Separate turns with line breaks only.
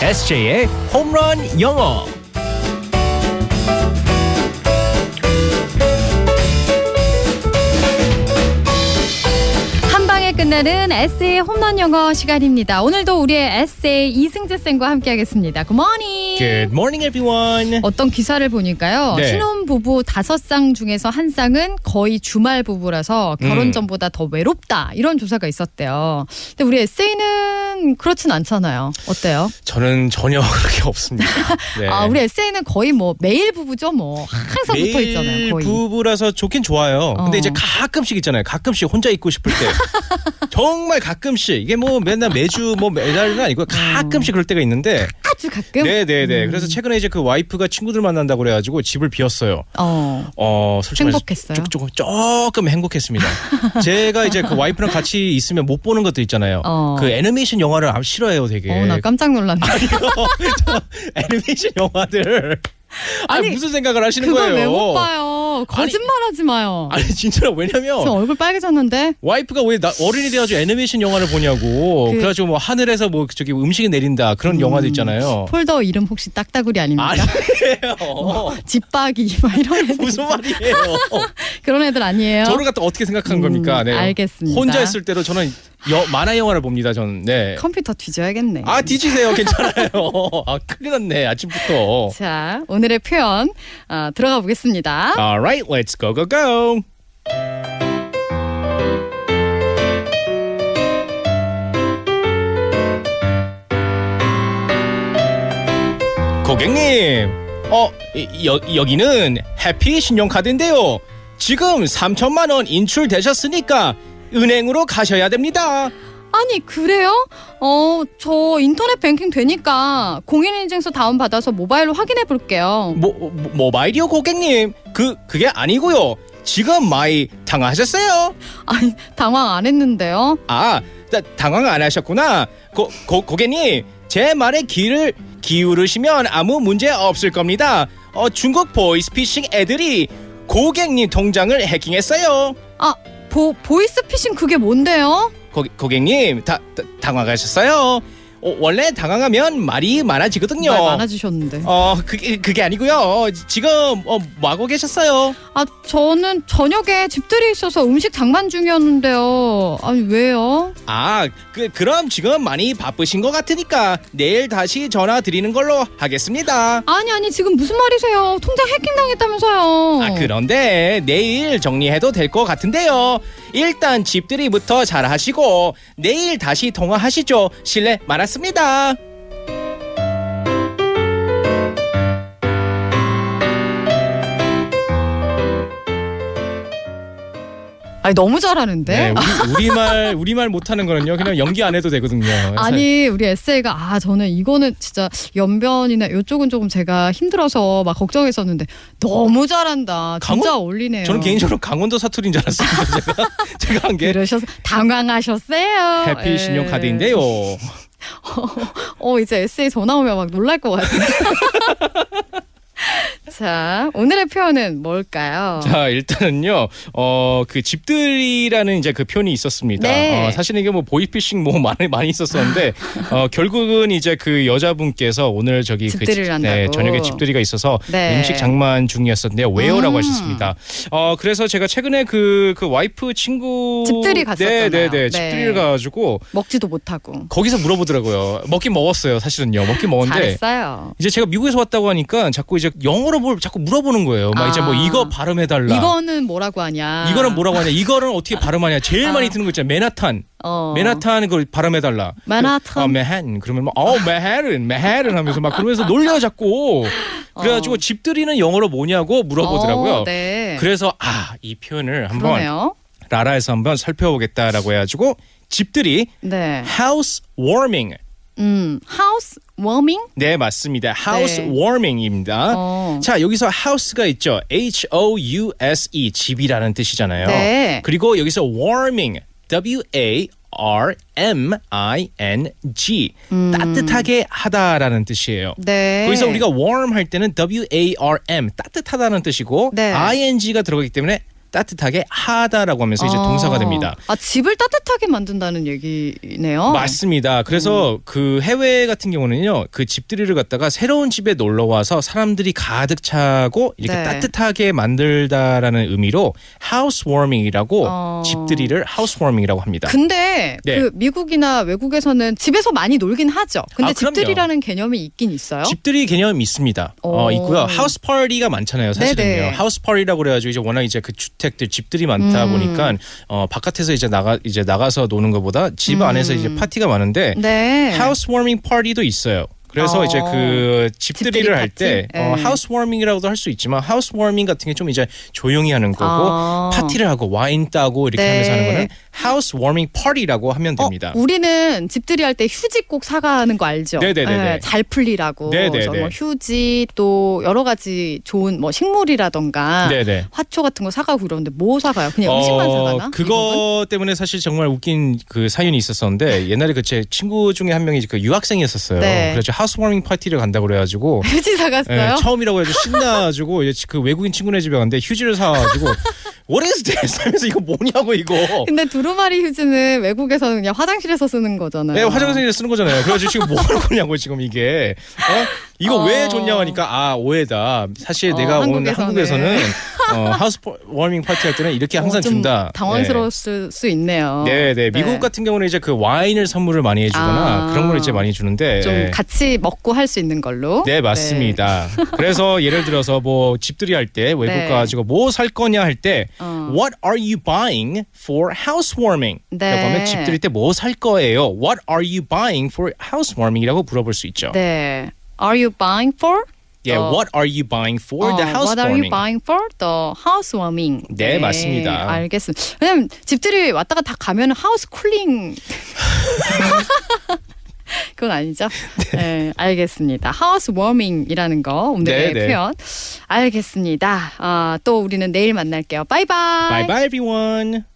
SJ의 홈런 영어.
한 방에 끝나는 에세이 홈런 영어 시간입니다. 오늘도 우리의 에세이 이승재 쌤과 함께하겠습니다. 굿모닝.
Good morning, everyone.
어떤 기사를 보니까요.
예. 네.
신혼 부부 다섯 쌍 중에서 한 쌍은 거의 주말 부부라서 결혼
음.
전보다 더 외롭다 이런 조사가 있었대요. 근데 우리 에세이는 그렇진 않잖아요. 어때요?
저는 전혀 그렇게 없습니다. 네.
아 우리 에세이는 거의 뭐 매일 부부죠. 뭐 항상 붙어 있잖아요.
매일
거의.
부부라서 좋긴 좋아요. 근데
어.
이제 가끔씩 있잖아요. 가끔씩 혼자 있고 싶을 때. 정말 가끔씩 이게 뭐 맨날 매주 뭐 매달은 아니고 가끔씩 그럴 때가 있는데
아주 가끔.
네네네
음.
그래서 최근에 이제 그 와이프가 친구들 만난다고 그래가지고 집을 비웠어요
어.
어 솔직히 말해서
행복했어요?
조- 조금 조금 행복했습니다. 제가 이제 그 와이프랑 같이 있으면 못 보는 것도 있잖아요.
어.
그 애니메이션 영화를 아- 싫어해요, 되게.
어, 나 깜짝 놀랐네.
아, 저 애니메이션 영화들. 아니,
아니,
무슨 생각을 하시는
그걸
거예요?
왜 못 봐요? 거짓말하지 마요.
아니 진짜로
지금
왜냐면
얼굴 빨개졌는데.
와이프가 왜 나, 어른이 돼가지고 애니메이션 영화를 보냐고.
그-
그... 래가지고뭐 하늘에서 뭐 저기 음식이 내린다 그런 영화도 있잖아요.
폴더 이름 혹시 딱따구리 아닙니까? 뭐 어,
아니에요.
집박이 막 이런 애들
무슨 말이에요?
그런 애들 아니에요?
저를 갖다 어떻게 생각한
어? 음,
겁니까? 네.
알겠습니다.
혼자 있을 때로 저는 여- 만화 영화를 봅니다. 저는 네.
컴퓨터 뒤져야겠네.
아 뒤지세요 괜찮아요 아 큰일 났네 아침부터
자 오늘의 표현 아, 들어가 보겠습니다.
Alright let's go go go 고객님 어 이- 여, 여기는 해피 신용카드인데요 지금 3천만 원 인출되셨으니까 은행으로 가셔야 됩니다
아니 그래요? 어 저 인터넷 뱅킹 되니까 공인인증서 다운 받아서 모바일로 확인해 볼게요.
모, 뭐, 모- 모바일이요 고객님 그 그게 아니고요 지금 많이 당하셨어요
아니 당황 안 했는데요.
아 다- 당황 안 하셨구나 고, 고, 고객님 제 말에 귀를 기울으시면 아무 문제 없을 겁니다 어, 중국 보이스피싱 애들이 고객님 통장을 해킹했어요
보 보이스피싱 그게 뭔데요?
고, 고객님 다, 다- 당황하셨어요 어, 원래 당황하면 말이 많아지거든요
말 많아지셨는데.
어 그게 그게 아니고요 지금 어, 뭐 하고 계셨어요
아 저는 저녁에 집들이 있어서 음식 장만 중이었는데요. 아니 왜요?
아, 그, 그럼 지금 많이 바쁘신 것 같으니까 내일 다시 전화 드리는 걸로 하겠습니다.
아니 아니 지금 무슨 말이세요? 통장 해킹 당했다면서요.
아, 그런데 내일 정리해도 될 것 같은데요. 일단 집들이부터 잘 하시고 내일 다시 통화하시죠. 실례 많았습니다.
아니 너무 잘하는데.
네, 우리, 말 우리말 못하는 거는요. 그냥 연기 안 해도 되거든요.
아니 우리 에세이가 아 저는 이거는 진짜 연변이나 이쪽은 조금 제가 힘들어서 막 걱정했었는데 너무 잘한다 진짜 어울리네요.
저는 개인적으로 강원도 사투리인 줄 알았습니다. 제가 제가 한 게
그러셔서 당황하셨어요.
해피
예.
신용카드인데요.
어 이제 에세이 전화 오면 막 놀랄 것 같아요. 자 오늘의 표현은 뭘까요?
자 일단은요 어 그 집들이라는 이제 그 표현이 있었습니다.
네.
어, 사실 이게 뭐 보이피싱 뭐 많이 많이 있었었는데 어 결국은 이제 그 여자분께서 오늘 저기
집들이를
그, 집- 네,
한다고.
저녁에 집들이가 있어서
네.
임식 장만 중이었었는데요. 왜요라고
음.
하셨습니다. 어 그래서 제가 최근에 그 그 와이프 친구
집들이 갔었잖아요.
네네네
네.
집들이를 가지고
먹지도 못하고
거기서 물어보더라고요. 먹긴 먹었어요. 사실은요 먹긴 먹었는데
잘했어요.
이제 제가 미국에서 왔다고 하니까 자꾸 이제 영어로 뭘 자꾸 물어보는 거예요. 막 이제 뭐
아.
이거 발음해 달라.
이거는 뭐라고 하냐?
이거는 뭐라고 하냐? 이거는 어떻게 발음하냐? 제일
아.
많이 드는 거 있잖아. 맨하탄.
어.
맨하탄 그걸 발음해 달라.
맨하탄.
어, 맨 그러면 막, 어, 맨하탄. 맨하탄 하면서 막 그러면서 놀려 자꾸. 그래 가지고
어.
집들이는 영어로 뭐냐고 물어보더라고요.
어, 네.
그래서 아, 이 표현을 한번
그러네요.
라라에서 한번 살펴보겠다라고 해 가지고 집들이
네.
house warming.
음, 하우스 워밍?
네, 맞습니다. house
네.
warming입니다.
어.
자, 여기서 house가 있죠. H O U S E 집이라는 뜻이잖아요.
네.
그리고 여기서 warming W A R M I N G 따뜻하게 하다라는 뜻이에요.
음. 네.
거기서 우리가 warm 할 때는 W A R M 따뜻하다는 뜻이고
네.
I N G가 들어가기 때문에 따뜻하게 하다라고 하면서 이제
아.
동사가 됩니다.
아 집을 따뜻하게 만든다는 얘기네요.
맞습니다. 그래서
음.
그 해외 같은 경우는요, 그 집들이를 갖다가 새로운 집에 놀러 와서 사람들이 가득 차고 이렇게
네.
따뜻하게 만들다라는 의미로 housewarming이라고
어.
집들이를 housewarming이라고 합니다.
근데
네.
그 미국이나 외국에서는 집에서 많이 놀긴 하죠. 근데
아, 그럼요.
집들이라는 개념이 있긴 있어요.
집들이 개념이 있습니다.
오.
어, 있고요. 하우스 파티가 많잖아요,
네네.
사실은요. 하우스 파티라고 그래가지고 이제 워낙 이제 그 주택들 집들이 많다
음.
보니까 어, 바깥에서 이제 나가 이제 나가서 노는 것보다 집
음.
안에서 이제 파티가 많은데
네.
하우스 워밍 파티도 있어요. 그래서
어.
이제 그
집들이
집들이를 할 때
파티?
어,
예.
하우스 워밍이라고도 할 수 있지만 하우스 워밍 같은 게 좀 이제 조용히 하는 거고
아.
파티를 하고 와인 따고 이렇게
네.
하면서 하는 거는 하우스 워밍 파티라고 하면
어,
됩니다.
우리는 집들이 할 때 휴지 꼭 사가는 거 알죠?
네네네네.
잘 풀리라고.
네네네.
그래서 뭐 휴지 또 여러 가지 좋은 뭐 식물이라던가
네네.
화초 같은 거 사가고 이러는데 뭐 사가요? 그냥 음식만
어,
사가나? 미국은?
그거 때문에 사실 정말 웃긴 그 사연이 있었었는데 옛날에 그 제 친구 중에 한 명이 그 유학생이었었어요.
네.
그래서 하우스워밍 파티를 간다고 그래가지고
휴지
예,
사갔어요?
처음이라고 해서 신나가지고 이제 그 외국인 친구네 집에 갔는데 휴지를 사가지고 What is this? 하면서 이거 뭐냐고 이거.
근데 두루마리 휴지는 외국에서는 그냥 화장실에서 쓰는 거잖아요.
네, 화장실에 쓰는 거잖아요. 그래가지고 지금 뭐 하는 거냐고 지금 이게 어? 이거
어.
왜 줬냐고 하니까 아 오해다. 사실
어,
내가 오늘
한국에서는. 네.
한국에서는 어, 하우스워밍 파티 할 때는 이렇게 항상
어, 좀
준다. 네.
당황스러웠을 수 있네요.
네, 네. 미국 같은 경우는 이제 그 와인을 선물을 많이 해주거나
아.
그런 걸 이제 많이 주는데.
좀
예.
같이 먹고 할 수 있는 걸로.
네, 맞습니다. 그래서 예를 들어서 뭐 집들이 할 때 외국
네.
가가지고 뭐 살 거냐 할 때
어.
What are you buying for housewarming?
네.
라고 하면 집들이 때 뭐 살 거예요? What are you buying for housewarming이라고 물어볼 수 있죠.
네. Are you buying for?
예,
어.
What are you buying for the
어, What are you
housewarming?
buying for? The housewarming.
네, 맞습니다.
알겠습니다. 왜냐면 집들이 왔다가 다 가면 하우스 쿨링. 그건 아니죠. 네. 알겠습니다. housewarming이라는 거 오늘의
네, 네.
표현. 알겠습니다. 아, 또 우리는 내일 만날게요. 바이바이.
Bye bye everyone.